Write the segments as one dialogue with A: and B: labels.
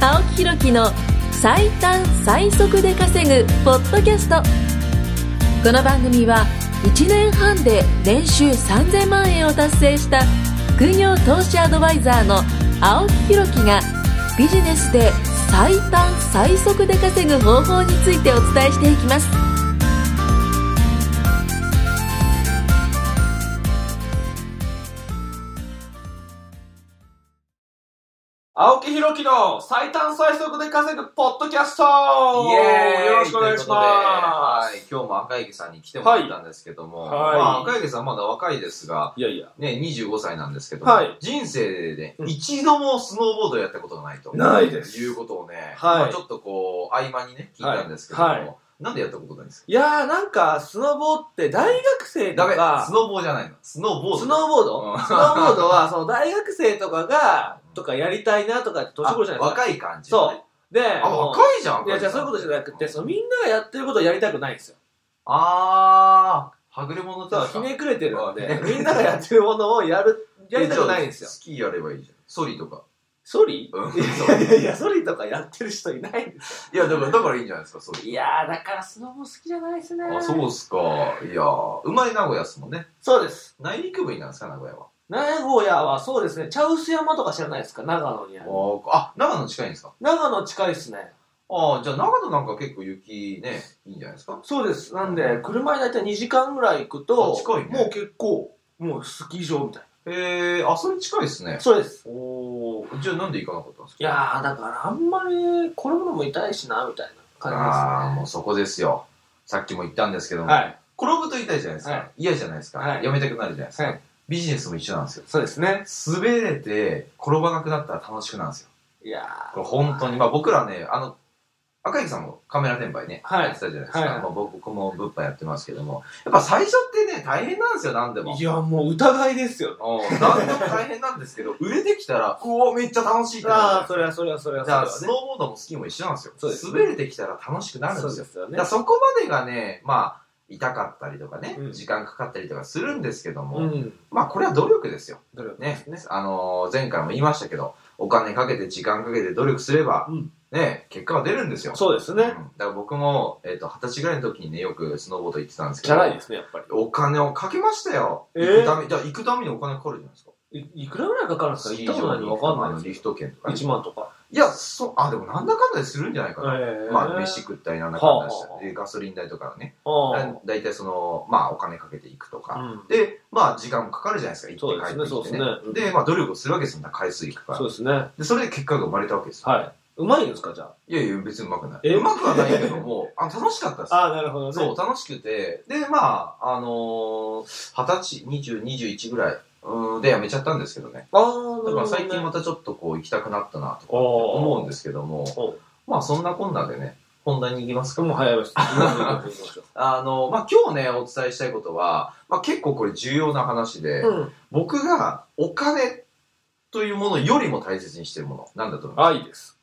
A: 青木ひろきの最短最速で稼ぐポッドキャストこの番組は1年半で年収3000万円を達成した副業投資アドバイザーの青木ひろきがビジネスで最短最速で稼ぐ方法についてお伝えしていきます
B: 青木ひろきの最短最速で稼ぐポッドキャスト
C: イエーイ
B: よろしくお願いし
C: とうことで
B: ま
C: はい、今日も赤池さんに来てもらったんですけども、
B: はい
C: まあ、赤池さんまだ若いですが、
B: す。いやいや。
C: ね、25歳なんですけども、
B: はい
C: 人生でね
B: う、ん
C: 一度もスノーボードをやったことがないと。
B: ないです
C: いうことをね、
B: はい
C: まあ、ちょっとこう、合間にね、聞いたんですけども、
B: はいは
C: なんでやったことないんですか
B: いやーなんか、スノボって大学生と
C: ダメ、
B: か
C: ス、ノボーじゃないの。スノーボード。
B: スノーボー
C: う
B: ド
C: ん
B: スノーボードは、その大学生とかが、とかやりたいなとかって年頃じゃない
C: あ
B: ですか。
C: 若い感じ、
B: そう。で、
C: あ、
B: も
C: 若
B: う
C: いじゃん。
B: いや、じゃあそういうことじゃなくて、そのみんながやってることをやりたくないんですよ。
C: あー、はぐれ者って
B: そ
C: あ
B: う
C: る
B: ひ
C: か
B: ねくれてるので
C: う、ん
B: みんながやってるものをやる、やりたくないんですよ
C: え。じゃあスキーやればいいじゃん。ソリとか。
B: ソリ
C: うん
B: いやいやいや、ソリとかやってる人いないんです
C: いや、だから、だからいいんじゃないですか、ソリ。
B: いやー、だからスノボ好きじゃないですね。
C: あ、そうっすか。いやー、うまい名古屋っすもんね。
B: そうです。
C: 内陸部になんですか、名古屋は。
B: 名古屋はそうですね、茶臼山とか知らないですか長野にある。
C: あー、あ長野近いんですか。
B: 長野近いですね。
C: あー、じゃあ長野なんか結構雪ね、いいんじゃないですか。
B: そうです。なんで、車に大体2時間ぐらい行くと、
C: あ近いね
B: もう結構、もうスキー場みたい
C: へえー、あ、それ近いですね
B: な。。そうです。
C: おー、じゃあなんで行かなかったんですか
B: いやー、だからあんまり転ぶのも痛いしな、みたいな
C: あ
B: 感
C: ー、
B: じ
C: も
B: で
C: うそこですよ。さっきも言ったんですけど
B: す
C: も、
B: ね。はい。
C: 転ぶと痛いじゃないですか。
B: はい
C: 嫌じゃないですか、
B: はい
C: やめたくなるじゃないですか。
B: はい
C: ビジネスも一緒なんですよ。
B: そうですね。
C: 滑れて、転ばなくなったら楽しくなるんですよ。
B: いやー
C: これ本当に、まあ僕らね、あの、赤池さんもカメラ転売ね、
B: はい
C: やってたじゃないですか。
B: はいはい
C: まあ僕も物販やってますけども、やっぱ最初ってね、大変なんですよ、何でも。
B: いや、もう疑いですよ。
C: おう何でも大変なんですけど、売れてきたら、うお、めっちゃ楽しいって
B: あ
C: なる
B: あ、それはそれはそれ
C: だ
B: はそ
C: か
B: れは
C: ら、スノーボードもスキーも一緒なんですよ。
B: そうですね
C: 滑れてきたら楽しくなるんで
B: そ
C: すよ。
B: うですよ
C: だ
B: ね
C: から。そこまでがね、まあ、痛かったりとかね、
B: うん
C: 時間かかったりとかするんですけども、
B: うん。
C: まあこれは努力ですよ。
B: 努力で
C: ね
B: すね。
C: あのー前回も言いましたけど、お金かけて時間かけて努力すれば、
B: うん
C: ね、結果は出るんですよ。
B: そうです
C: うん
B: ね。
C: だから僕も、えっ、と、二十歳ぐらいの時にね、よくスノーボード行ってたんですけ
B: じ
C: ど。
B: ゃないですね、やっぱり。
C: お金をかけましたよ。
B: えー
C: 行くため、じゃあ行くためにお金かかるじゃないですか。
B: いいくらぐらいかかるんですか行ったことないの
C: に
B: わかんないで
C: リ
B: す
C: フト券とか、ね。
B: 1万とか。
C: いや、そう、あ、でもなんだかんだでするんじゃないかな。まあ、飯食ったりなんだかんだした
B: はあはあ
C: り、でガソリン代とかね。
B: あ
C: だだいたいその、まあ、お金かけていくと
B: あ
C: か。で、まあ、時間もかかるじゃないですか。行って帰って
B: そう
C: き
B: で
C: て
B: すね
C: ね。
B: そうですね
C: でまあ、努力をするわけですよ。みんな回数行くから。
B: そうですね。
C: で、それで結果が生まれたわけですよ。
B: はい。うまいんですか、じゃあ。
C: いやいや、別にうまくない。
B: え
C: うまくはないけど も、あ楽しかったです。
B: ああ、なるほど
C: そう、楽しくて、で、まあ、あのー、二十歳、20、21ぐらいうんで辞めちゃったんですけどね。
B: ああ、
C: だから最近ま
B: た。
C: たちょっとこう行きたくなったなとか
B: おお
C: 思うんですけども、
B: おう
C: まあそんなこんなでね、本題に行きますか。
B: もう早いです。
C: あの、まあ今日ね、お伝えしたいことは、まあ結構これ重要な話で、
B: うん。
C: 僕がお金というものよりも大切にしてるもの、なんだと思いま
B: 愛です。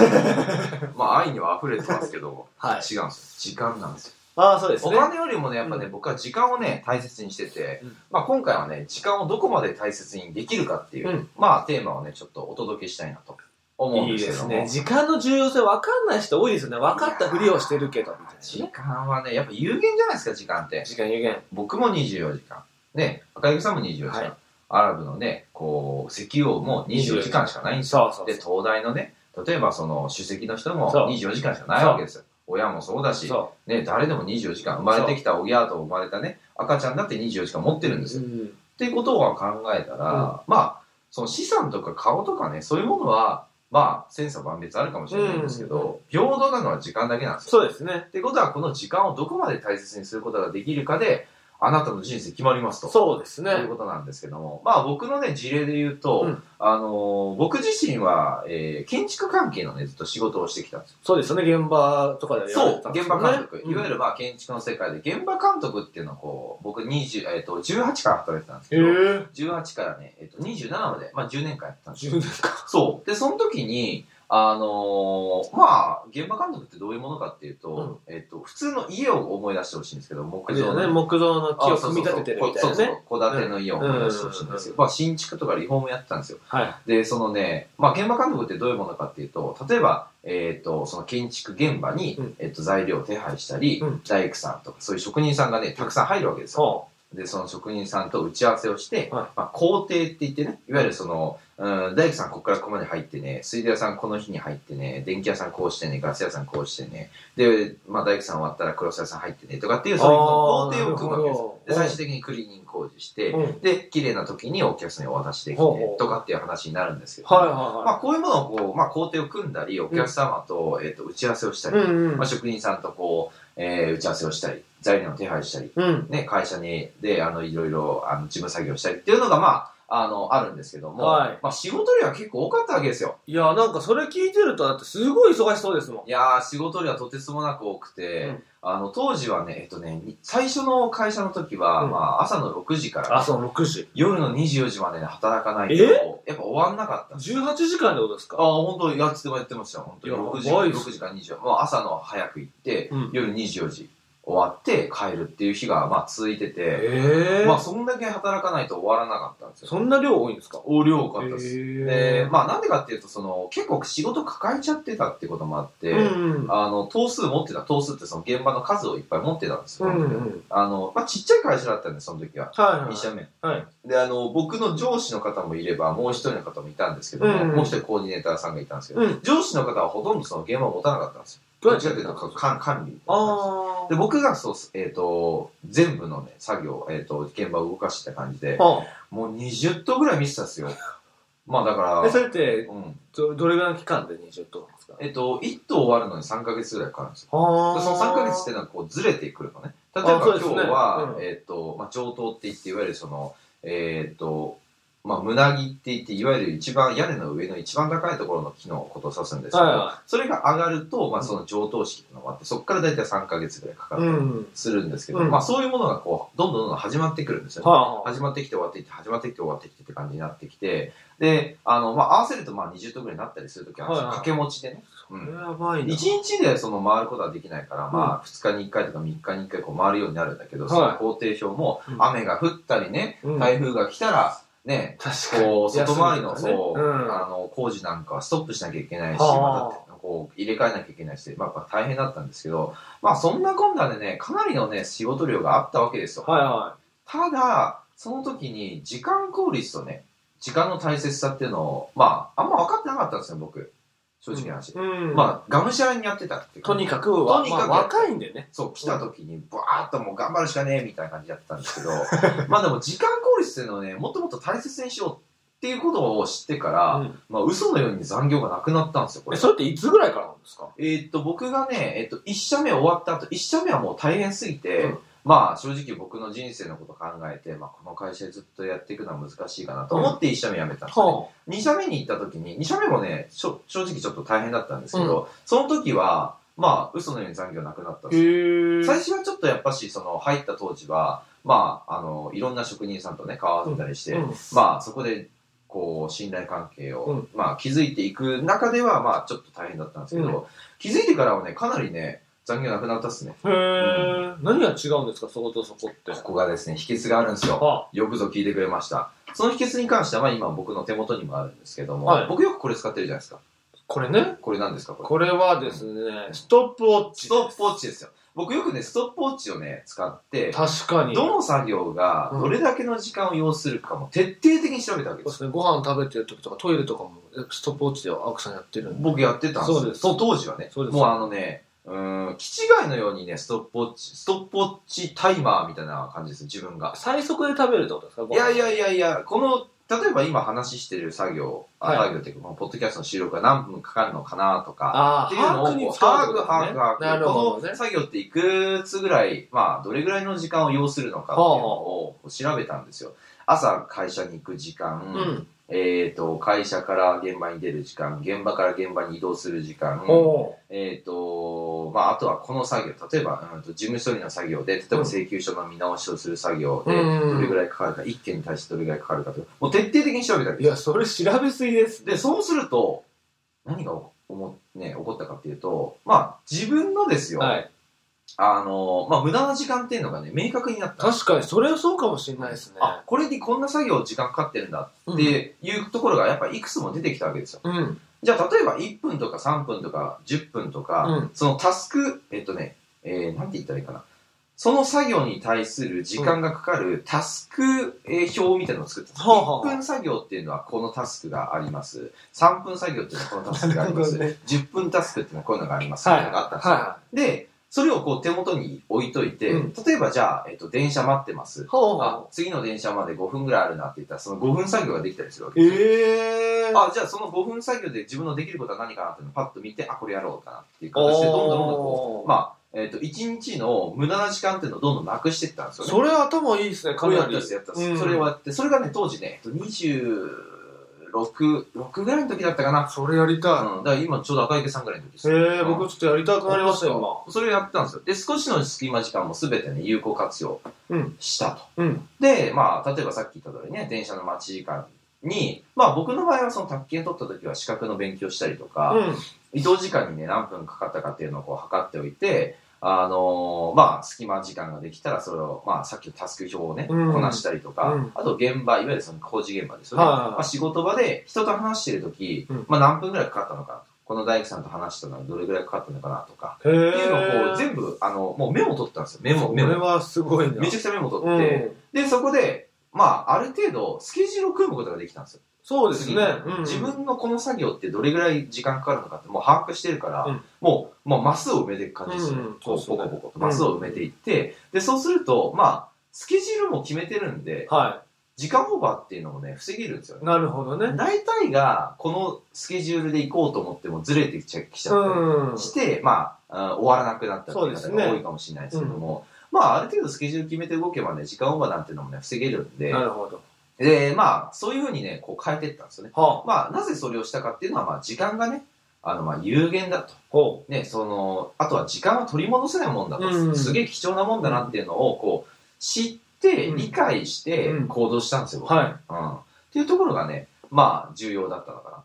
C: すまあ愛には溢れてますけども、
B: はい。
C: 違うんですよ。時間なんですよ。
B: ああ、そうです
C: お
B: ね。
C: 金よりもね、やっぱね、
B: う
C: 僕は時間をね、大切にしてて、
B: うん
C: まあ今回はね、時間をどこまで大切にできるかっていう、
B: うん
C: まあテーマをね、ちょっとお届けしたいなと思うん
B: いい
C: で
B: で
C: すけど
B: す
C: も。
B: ね。時間の重要性分かんない人多いですよね。分かったふりをしてるけど。みたいな
C: 時
B: ね
C: 間はね、やっぱ有限じゃないですか、時間って。
B: 時間有限。
C: 僕も24時間。ね、赤池さんも24時間。
B: はい
C: アラブのね、こう、石油王も24時間しかないんですよ。
B: そうそう
C: で、東大のね、例えばその主席の人も
B: そう
C: 24時間しかないわけですよ。親もそうだし、
B: そ
C: ね、誰でも24時間、生まれてきた親と生まれたね、赤ちゃんだって24時間持ってるん
B: う。
C: ですよ。
B: うん
C: っていうことを考えたら、まあ、その資産とか顔とかね、そういうものは、まあ、千差万別あるかもしれないんですけ
B: うんうん
C: ど、平等なのは時間だけなんですよ。
B: そうですね。
C: ってことは、この時間をどこまで大切にすることができるかで、あなたの人生決まりますと。
B: そうですね。
C: いうことなんですけども、まあ僕のね、事例で言うと、
B: うん
C: あのー僕自身は、えー建築関係のね、ずっと仕事をしてきたんですよ
B: そうですよね。現場とかでやられ
C: そ
B: てた
C: う、
B: んです
C: 現
B: よ
C: 場
B: ね
C: 監督。いわゆ
B: る。
C: るまあ建築の世界で、現場監督っていうのをこう、僕20、えっ、と、18から働いてたんですけど、
B: ええ。
C: 18からね、えっと、27まで、まあ、10年間やってたんですよ。
B: 10年か。
C: そう。で、その時に、あのーまあ、現場監督ってどういうものかっていうと、えっと、普通の家を思い出してほしいんですけど、木
D: れだ
C: 造
D: よね、
C: の。
D: 木造の木を組み立ててるみたいな
C: あ
D: ね。
C: そうそうそうこ戸建ての家を思い出してほしいんですけど、まあ、新築とかリフォームやってたんですよ。
D: は
C: で、そのね、まあ、現場監督ってどういうものかっていうと、例えば、えっ、と、その建築現場に、
D: うん
C: えっと、材料を手配したり、
D: うん
C: 大工さんとか、そういう職人さんがね、たくさん入るわけですよ。
D: そ
C: で、その職人さんと打ち合わせをして、
D: は
C: まあ、工程って言ってね、いわゆるその、うん、大工さんここからここまで入ってね、水道屋さんこの日に入ってね、電気屋さんこうしてね、ガス屋さんこうしてね、で、まあ、大工さん終わったらクロス屋さん入ってね、とかっていう、
D: う。
C: そういう工
D: あー
C: 程を組むわけですよ。で、
D: な
C: 最
D: る
C: 終的にクリーニング工事して、
D: ほどうん
C: で、綺麗な時にお客さんにお渡しできて
D: ほうほう
C: とかっていう話になるんですけど、
D: はいはい
C: ま
D: は
C: あこういうものをこう、まあ工程を組んだり、お客様と、えっ、と、打ち合わせをした
D: い。
C: り、
D: ん
C: まあ職人さんとこう、えー打ち合わせをしたり、材料の手配したり、
D: うん。
C: ね、会社に、で、あの、いろいろ、あの、事務作業したりっていうのが、まあ、あの、あるんですけども、
D: はい
C: まあ仕事量は結構多かったわけですよ。
D: いや、なんかそれ聞いてると、だってすごい忙しそうですもん。
C: いやー、仕事量はとてつもなく多くて、
D: うん
C: あの、当時はね、えっとね、に最初の会社の時は、
D: うん
C: まあ、朝の6時から、
D: そう、6時。
C: 夜の24時までね、働かないと、
D: え
C: やっぱ終わんなかったんです
D: 18時間ってことです
C: あ
D: か
C: あ、本当やってもやってましたよ。本当に
D: いや
C: 6時
D: やばいっす
C: 6時から24、もう朝の早く行って、
D: うん
C: 夜24時終わって帰るっていう日が、まあ、続いてて、
D: え
C: まあ、そんだけ働かないと終わらなかったんですよ。
D: そんな量多いんですか
C: お量多かったです。
D: え
C: で、まあ、なんでかっていうと、その、結構仕事抱えちゃってたってこともあって、
D: うん
C: あの、頭数持ってた、頭数ってその現場の数をいっぱい持ってたんです
D: う
C: よ。
D: んうん。
C: あの、まあ、ちっちゃい会社だったんで、その時は。
D: はいはい。
C: 2社目。
D: はい。
C: で、あの、僕の上司の方もいれば、もう一人の方もいたんですけども、
D: うん
C: もう一人コーディネーターさんがいたんですけど、
D: うん
C: 上司の方はほとんどその現場を持たなかったんですよ。
D: どう
C: ど
D: や
C: っ
D: っ
C: ち
D: て
C: か
D: やっ
C: と
D: てた
C: いうと
D: んです
C: か
D: か
C: 管管理みたいな感じ
D: あー。
C: で。で、僕がそう、えっ、と、全部のね、作業、えっ、と、現場を動かしてた感じで、
D: あ
C: もう20頭ぐらい見てたんですよ。まあだか
D: え、そ
C: ら、
D: れって、
C: うん。
D: どどれぐらいの期間で20頭なんですか
C: えっ、と、1頭終わるのに3ヶ月ぐらいかかるんですよ
D: あ
C: でその3ヶ月ってのはこうずれてくるのね。例えば
D: あそう
C: 今
D: で
C: 日
D: すね
C: は、
D: うん
C: えっ、と、まあ、上等って言って、いわゆるその、えっ、と、まあ、胸木って言って、いわゆる一番、屋根の上の一番高いところの木のことを指すんですけど、
D: はいは
C: それが上がると、まあ、その上等式っていうのがあって、そこから大体3ヶ月ぐらいかか
D: う
C: る
D: ん。
C: するんですけど、
D: うん
C: まあ、そういうものがこう、どんどんどんどん始まってくるんですよね。
D: は
C: 始まってきて終わってきて、始まってきて終わってきてって感じになってきて、で、あの、まあ、合わせるとまあ20度ぐらいになったりするときは、
D: はいはい
C: 掛け持ちでね、う
D: い
C: ん
D: はい。やばいな。
C: 一日でその回ることはできないから、まあ、2日に1回とか3日に1回こう回るようになるんだけど、
D: はい
C: その工程表も
D: うん
C: 雨が降ったりね、
D: うん
C: 台風が来たら、ね、
D: 確かに。
C: こう、外回りの、
D: 休みと
C: そう、
D: かねうん
C: あの、工事なんかはストップしなきゃいけないし、
D: はあ
C: また、こう、入れ替えなきゃいけないし、まあ、やっぱ大変だったんですけど、まあ、そんなこんなでね、かなりのね、仕事量があったわけですよ。
D: はいは
C: ただ、その時に時間効率とね、時間の大切さっていうのを、まあ、あんま分かってなかったんですよ、僕。正直な話。
D: い。うん
C: まあ、がむしゃらにやってたっていう
D: と
C: 感じ
D: にかく、
C: と
D: わ
C: にかく
D: まあ若いんでね。
C: そう、来た時に、バーッともう頑張るしかねえみたいな感じでやってたんですけど、 まあでも時間効率っていうのをね、もっともっと大切にしようっていうことを知ってから、
D: うん
C: まあ嘘のように残業がなくなったんですよ、こ
D: え、
C: れ。
D: それっていつぐらいからなんですか
C: えーっと、僕がね、えっと、1社目終わった後、1社目はもう大変すぎて、
D: うん
C: まあ正直僕の人生のこと考えて、まあこの会社でずっとやっていくのは難しいかなと思って1社目辞めたんですよね、
D: は
C: 2社目に行った時に、2社目もね、しょ正直ちょっと大変だったんですけど、その時は、まあ、嘘のように残業なくなった
D: あ。
C: んですよ
D: へえ。
C: 最初はちょっとやっぱし、その、入った当時は、まあ、あの、いろんな職人さんとね、顔合わせたりして、
D: うん
C: まあ、そこで、こう、信頼関係を、
D: うん
C: まあ、築いていく中では、まあ、ちょっと大変だったんですけど、
D: う
C: 気づいてからはね、かなりね、残業なくなったっすね。
D: へえ。何が違うんですか、そことそこって。
C: ここがですね、秘訣があるんですよ。
D: あ、
C: よくぞ聞いてくれました。その秘訣に関しては、まあ今僕の手元にもあるんですけども、
D: はい
C: 僕よくこれ使ってるじゃないですか。
D: これね。
C: これなんですかこれ。
D: これはですね、ストップウォッチ。
C: ストップウォッチですよ。僕よくね、ストップウォッチをね、使って、
D: 確かに。
C: どの作業がどれだけの時間を要するかも徹底的に調べたわ
D: そ
C: けで。
D: うですすね、ご飯食べてる時とかトイレとかもストップウォッチで青木さんやってるんで。
C: 僕やってたんですよ。
D: そうです
C: 当時はね。
D: そうです
C: もうあのね、うーん、気違いのようにね、ストップウォッチ、ストップウォッチタイマーみたいな感じです、自分が。
D: 最速で食べるってことですか
C: いやい
D: や。
C: やいやいや、この、例えば今話してる作業、あ
D: はい
C: 作業っていうか、このポッドキャストの収録が何分かかるのかなとか、
D: あ
C: っ
D: あ、
C: ていう
D: 把
C: のをこ
D: 握
C: う
D: に使
C: 把
D: うっ
C: 握
D: てこと
C: 把
D: ね
C: 握把握
D: なるほど
C: この
D: ね。
C: 作業っていくつぐらいまあどれぐらいの時間を要するのかっていうのを調べたんですよ朝会社に行く時間、
D: うん。
C: えっ、と会社から現場に出る時間現場から現場に移動する時間
D: お
C: えっ、とまああとはこの作業例えば、うんと事務処理の作業で例えば請求書の見直しをする作業で
D: うん
C: どれぐらいかかるか1件に対してどれぐらいかかるかとかもう徹底的に調べたわ
D: ー
C: けで
D: い
C: す
D: や、それ調べすぎです。
C: で、そうすると、何が起こ思っね、起こったかっていうと、まあ、自分のですよ、
D: はい。
C: あの、まあ、無駄な時間っていうのがね、明確になった。
B: 確かに、それはそうかもしれないですね。
C: あ、これにこんな作業時間かかってるんだ
B: うん
C: っていうところが、やっぱいくつも出てきたわけですよ。
B: うん。
C: じゃあ、例えば1分とか3分とか10分とか、
B: うん
C: そのタスク、えっとね、えーなんて言ったらいいかな。その作業に対する時間がかかるタスクえー表みたいなのを作った。
B: はあはあ
C: 1分作業っていうのはこのタスクがあります。3分作業っていうのはこのタスクがあります。
B: なる
C: 10分タスクっていうのはこういうのがあります。
B: はい
C: っていうのがあったんですよ。
B: は
C: で、それをこう手元に置いといて、
B: うん
C: 例えばじゃあ、えっと、電車待ってます
B: い。。ほう
C: あ
B: ほ、
C: 次の電車まで5分ぐらいあるなって言ったら、その5分作業ができたりするわ
B: う。
C: けですよ
B: ええー。
C: あ、じゃあその5分作業で自分のできることは何かなっていうのをパッと見て、あ、これやろうかなっていう形で、どんどんどんどんこ
B: お
C: う、
B: ー
C: まあ、えっ、と、1日の無駄な時間っていうのをどんどんなくしていったんですよね。
B: それは頭いいですね、
C: こ
B: か
C: れや
B: な
C: った
B: り。
C: んです、やったんです。
B: うん
C: それをやって、それがね、当時ね、えっと26、6ぐらいの時だったかな。
B: それやりた
C: うん、だから今ちょうど赤池さんぐらいの時で
B: い。
C: す。
B: ええ
C: うん
B: 僕ちょっとやりたくなりましたよ、
C: それをやってたんですよ。で、少しの隙間時間もすべてね、有効活用
B: うん
C: したと。
B: 今。うん。
C: で、まあ、例えばさっき言った通りね、電車の待ち時間に、まあ僕の場合はその宅建取った時は資格の勉強したりとか、
B: うん。
C: 移動時間にね、何分かかったかっていうのをこう測っておいて、あのーまあ、隙間時間ができたら、それを、まあ、さっきのタスク表をね、
B: うん
C: こなしたりとか、
B: うん
C: あと現場、いわゆるその工事現場ですよね。
B: はいはいはい
C: まあ、仕事場で人と話してるとき、
B: うん
C: まあ、何分ぐらいかかったのか、この大工さんと話したのはどれぐらいかかったのかなとか、
B: へえ。
C: っていうのをこう全部、あの、もうメモ取ってたんですよ。メモ、
B: こ
C: メ
B: れ
C: モ。
B: はすごいな。
C: めちゃくちゃメモ取
B: う
C: って、
B: ん。
C: で、そこで、まあ、ある程度、スケジュールを組むことができたんですよ。
B: そうですね。うん
C: 自分のこの作業ってどれぐらい時間かかるのかってもう把握してるから、
B: うん
C: もう、まあ、マスを埋めていく感じですね。
B: うんうん
C: こう
B: そうそう
C: ポコポコとマスを埋めていって、で、そうすると、まあ、スケジュールも決めてるんで、
B: は
C: 時間オーバーっていうのもね、防げるんですよ
B: い。
C: ね。
B: なるほどね。
C: 大体が、このスケジュールで行こうと思ってもずれてきちゃきちゃったりとか
B: うん。
C: して、まあ、あー終わらなくなったっていう
B: そ
C: 方
B: うです
C: が
B: ね
C: 多いかもしれないですけども、まあ、ある程度スケジュール決めて動けばね、時間オーバーなんていうのもね、防げるんで
B: な、るほど。
C: で、まあ、そういうふうにね、こう変えていったんですよね。
B: はあ。
C: まあ、なぜそれをしたかっていうのは、まあ、時間がね、あの、まあ、有限だと。
B: ほ
C: ね、その、あとは時間は取り戻せないもんだと。
B: うん
C: すげえ貴重なもんだなっていうのを、こう、知っ
B: う
C: て、
B: ん
C: 理解して
B: う、ん
C: 行動したんですよ、
B: う。
C: 僕
B: はい。
C: うん。っていうところがね、まあ、重要だったのかなと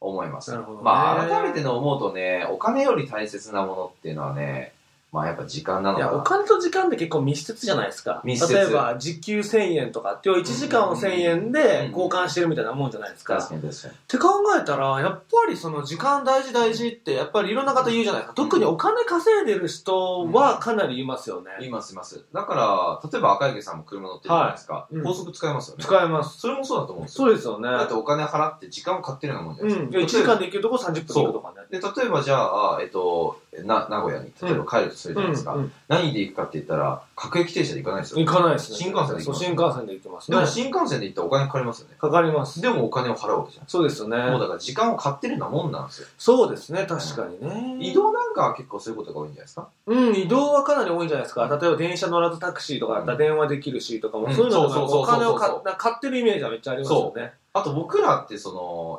C: 思います。
B: なるほどね
C: まあ、改めての思うとね、お金より大切なものっていうのはね、まあ、やっぱ時間なの
B: い
C: か
B: や、お
C: な。
B: 金と時間って結構密接じゃないですか。
C: 密接
B: 例えば、時給1000円とかって、1時間を1000円で交換してるみたいなもんじゃないですか。っ
C: 確かに確かに。
B: て考えたら、やっぱりその時間大事大事って、やっぱりいろんな方言うじゃないですか。特にお金稼いでる人はかなりいますよ
C: い
B: ね。
C: ますいます。だから、例えば赤池さんも車乗ってるじゃないですか。
B: いうん
C: 高速使えますよね。
B: 使えます。
C: それもそうだと思うんですよ。
B: そうですよね。
C: だってお金払って時間を買ってるようなもんじゃ
B: う
C: ない
B: ん。1
C: です
B: 時
C: か。
B: 間で行けるとこ30分で行くとかね。
C: 例えばで、例えばじゃあ、えっと、な、名古屋に、例えば帰るとする
B: う
C: じゃ
B: ん
C: ないですか。
B: うん
C: 何で行くかって言ったら、各駅停車で行かないです
B: 行
C: よ。
B: かないですね。
C: 新幹線で行き
B: そう、
C: ます
B: 新幹線で行きます
C: で
B: ね
C: も。新幹線で行ったらお金かかりますよね。
B: かかります。
C: でもお金を払うわけじゃ
B: そうですよね。
C: ん。もうだから時間を買ってるようなもんなんですよ。
B: そうですね、確かにね。
C: 移動なんかは結構そういうことが多いんじゃないですか。
B: うん、移動はかなり多いんじゃないですか。例えば電車乗らずタクシーとかだったら電話できるしとかも、
C: うん
B: そういうのが
C: そうそうそう
B: お金を
C: そうそう
B: か買ってるイメージはめっちゃありますよね。
C: あと僕らってそ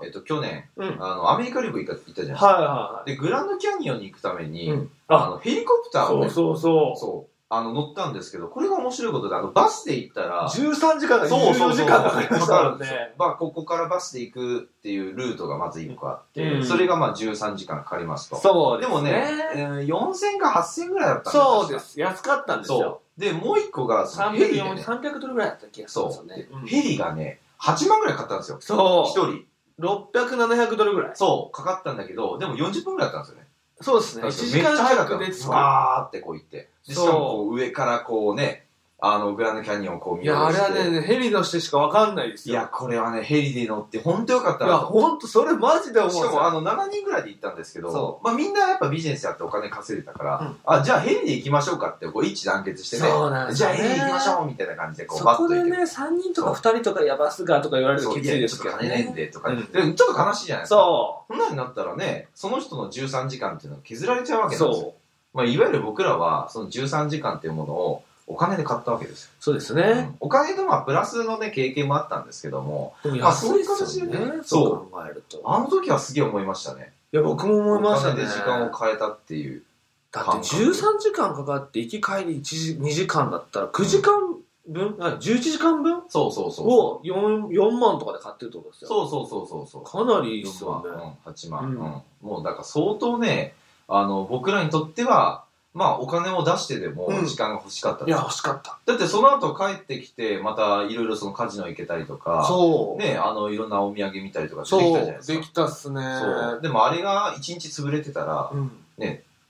C: の、えっと、去年、
B: うん。はい
C: あの、アメリカ旅行行った行ったじゃないですか。
B: はいはい。
C: で、グランドキャニオンに行くために、
B: うん
C: あ
B: あ
C: の、ヘリコプターを
B: そ
C: ね、
B: うそうそ
C: そうあの、乗ったんですけど、これが面白いことで、あの、バスで行ったら
B: う。、13時間が
C: そうそう
B: 14
C: そ
B: 時
C: う
B: 間かかりましたから
C: かか
B: ね。
C: まあ、ここからバスで行くっていうルートがまず1個あって、
B: うん
C: それがまあ13時間かかりますと。
B: そう
C: で
B: です
C: もね、えー4000か8000ぐらいだったん
B: そうです。安かったんですよ。
C: そう。で、もう1個が、そのヘリで
B: 300、
C: ね、
B: 300ドルぐらいだった気がしますよ
C: そう、
B: ね
C: で。
B: うん
C: ヘリがね、8万ぐらいかかったんですよ。1
B: そ
C: 人。
B: う。600、700ドルぐらい。
C: そう、かかったんだけど、でも40分ぐらいだったんですよね。
B: そうですね。1時間近く
C: めっ
B: で
C: ち
B: 着
C: ゃ早かった
B: く。
C: わーってこう行って。でしかもこう上からこうね、あの、グランドキャニオンをこう見
B: い
C: 下
B: や、あ
C: ろ
B: れ
C: して。
B: はね、ヘリのしてしかわかんないです
C: い
B: よ。
C: や、これはね、ヘリで乗って本当よかった
B: い
C: な
B: や、
C: と
B: ほんと、それマジで思う。
C: しかもあの7人ぐらいで行ったんですけど
B: そ、
C: まあ、みんなやっぱビジネスやってお金稼いでたから、
B: うん
C: あじゃあヘリで行きましょうかってこう一致団結してね
B: そうなんです
C: じゃ
B: よ
C: あ
B: ね
C: ヘリで行きましょうみたいな感じでこう
B: そ
C: バッと
B: こ
C: 行
B: で
C: って
B: ね、3人とか2人とかやばすがとか言われる
C: そ
B: と
C: う
B: き
C: い
B: つい
C: や
B: で
C: ちょ
B: す
C: っと
B: けど
C: 金ないん
B: ね。
C: でとか、
B: うん
C: でちょっと悲しいじゃないですか
B: そ
C: そんなになったらねその人の13時間っていうのは削られちゃうわ
B: う。
C: けなんですよ、
B: そう。
C: まあ、いわゆる僕らはその13時間っていうものをお金で買ったわけですよ、
B: そうです
C: う
B: ね。
C: んお金とまあプラスのね経験もあったんですけども
B: でも
C: まあ
B: 安いっすよ
C: そういう形でね
B: そう考えると。
C: あの時はすげえ思いましたね
B: いや、僕も思いました
C: お金
B: ね。
C: で時間を変えたっていう
B: だって13時間かかって行き帰り1時2時間だったら9時間分、あ11時間分
C: そうそうそうそう。
B: を 4, 4万とかで買ってるってことですよ。
C: そうそうそうそうそう。
B: かなりいいっす
C: 4
B: よ
C: 万、
B: ね。
C: うん、8万、
B: うん
C: うんもうだから相当ね、あの、僕らにとっては、まあお金を出してでも
B: うん
C: 時間が欲しかった
B: い
C: です
B: や、欲しかった。
C: だってその後帰ってきて、またいろいろそのカジノ行けたりとか、
B: そう。
C: ね、あの、いろんなお土産見たりとかできたじゃ
B: そ
C: ないうで、す
B: で
C: か。
B: きたっすね。
C: そう。でもあれが1日潰れてたら、
B: うん。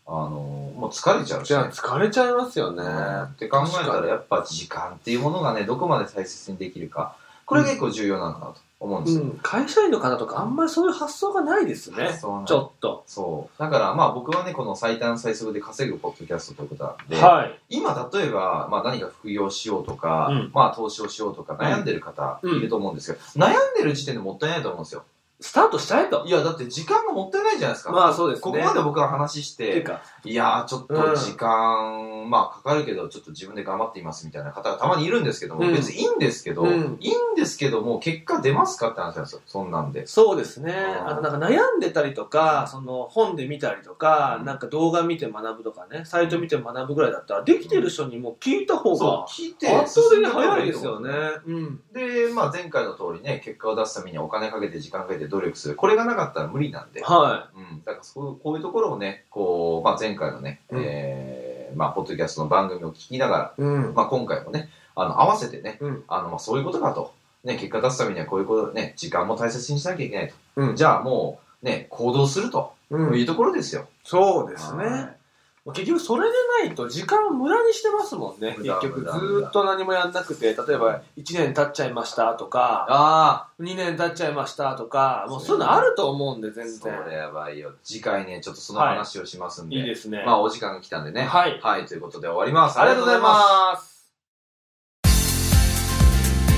C: あの、もう疲れちゃうし
B: じ
C: ね、
B: ゃあ、疲れちゃいますよね。
C: って考えたらやっぱ時間っていうものがねどこまで大切にできるかこれが結構重要なのかなと思うんです
B: う
C: よ、
B: ん。会社員の方とか、あんまりそういう発想がないですね。
C: そうなん
B: ちょっと。
C: そうだからまあ僕はねこの最短最速で稼ぐポッドキャストということなんで、
B: はい。
C: 今例えば、まあ、何か副業しようとか、
B: うん
C: まあ投資をしようとか悩んでる方い
B: うん
C: ると思うんですけど、悩んでる時点でもったいないと思うんですよ
B: スタートしたいと
C: い。やだって時間がもったいないじゃないですか、
B: まあ、そうですね。
C: ここまで僕は話し
B: っていう
C: て、
B: か、
C: いやーちょっと時間、まあかかるけど、ちょっと自分で頑張っていますみたいな方がたまにいるんですけども、
B: うん
C: 別にいいんですけど、
B: うん
C: いいんですけども、結果出ますかって話なんですよ、そんなんで。
B: そうですね。
C: うん
B: あとなんか悩んでたりとか、その本で見たりとか、
C: うん
B: なんか動画見て学ぶとかね、サイト見て学ぶぐらいだったら、できてる人にもう聞いた方が、
C: 聞いて
B: 圧倒的に早いですよね。うん。
C: で、まあ前回の通りね、結果を出すためにはお金かけて時間かけて努力する。これがなかったら無理なんで。
B: は
C: うん、だからそうこういうところをね、こう、まあ前回のね、
B: うん
C: えーまあポッドキャストの番組を聞きながら、
B: い。うん。
C: まあ、今回もね、あの合わせてね、
B: うん
C: あのまあ、そういうことかと、ね、結果出すためにはこういうこと、ね、時間も大切にしなきゃいけないと、
B: うん
C: じゃあもう、ね、行動すると
B: う
C: い
B: ん、
C: うところですよ。
B: そうですね。
C: はい
B: まあ結局それでないと時間を無駄にしてますもんね。
C: 無駄
B: 結局
C: 無
B: ずー
C: 駄
B: っと何もやんなくて、例えば1年経っちゃいましたとか、
C: あ
B: 2年経っちゃいましたとか、もうそういうのあると思うんで全
C: あ、そ
B: 然。
C: れやばいよ。次回ね、ちょっとその話をしますんで、
B: いいですね。
C: まあお時間が来たんでね、
B: はい
C: ということで終わります。
B: ありがとうございます。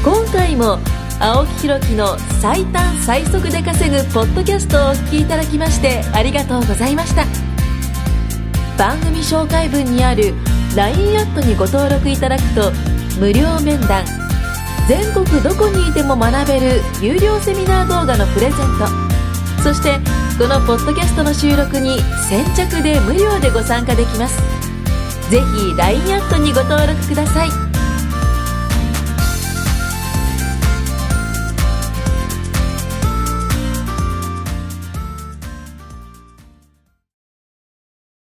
A: 今回も青木ひろきの最短最速で稼ぐポッドキャストをお聞きいただきましてありがとうございました番組紹介文にある LINE アットにご登録いただくと無料面談全国どこにいても学べる有料セミナー動画のプレゼントそしてこのポッドキャストの収録に先着で無料でご参加できますぜひ LINE アットにご登録ください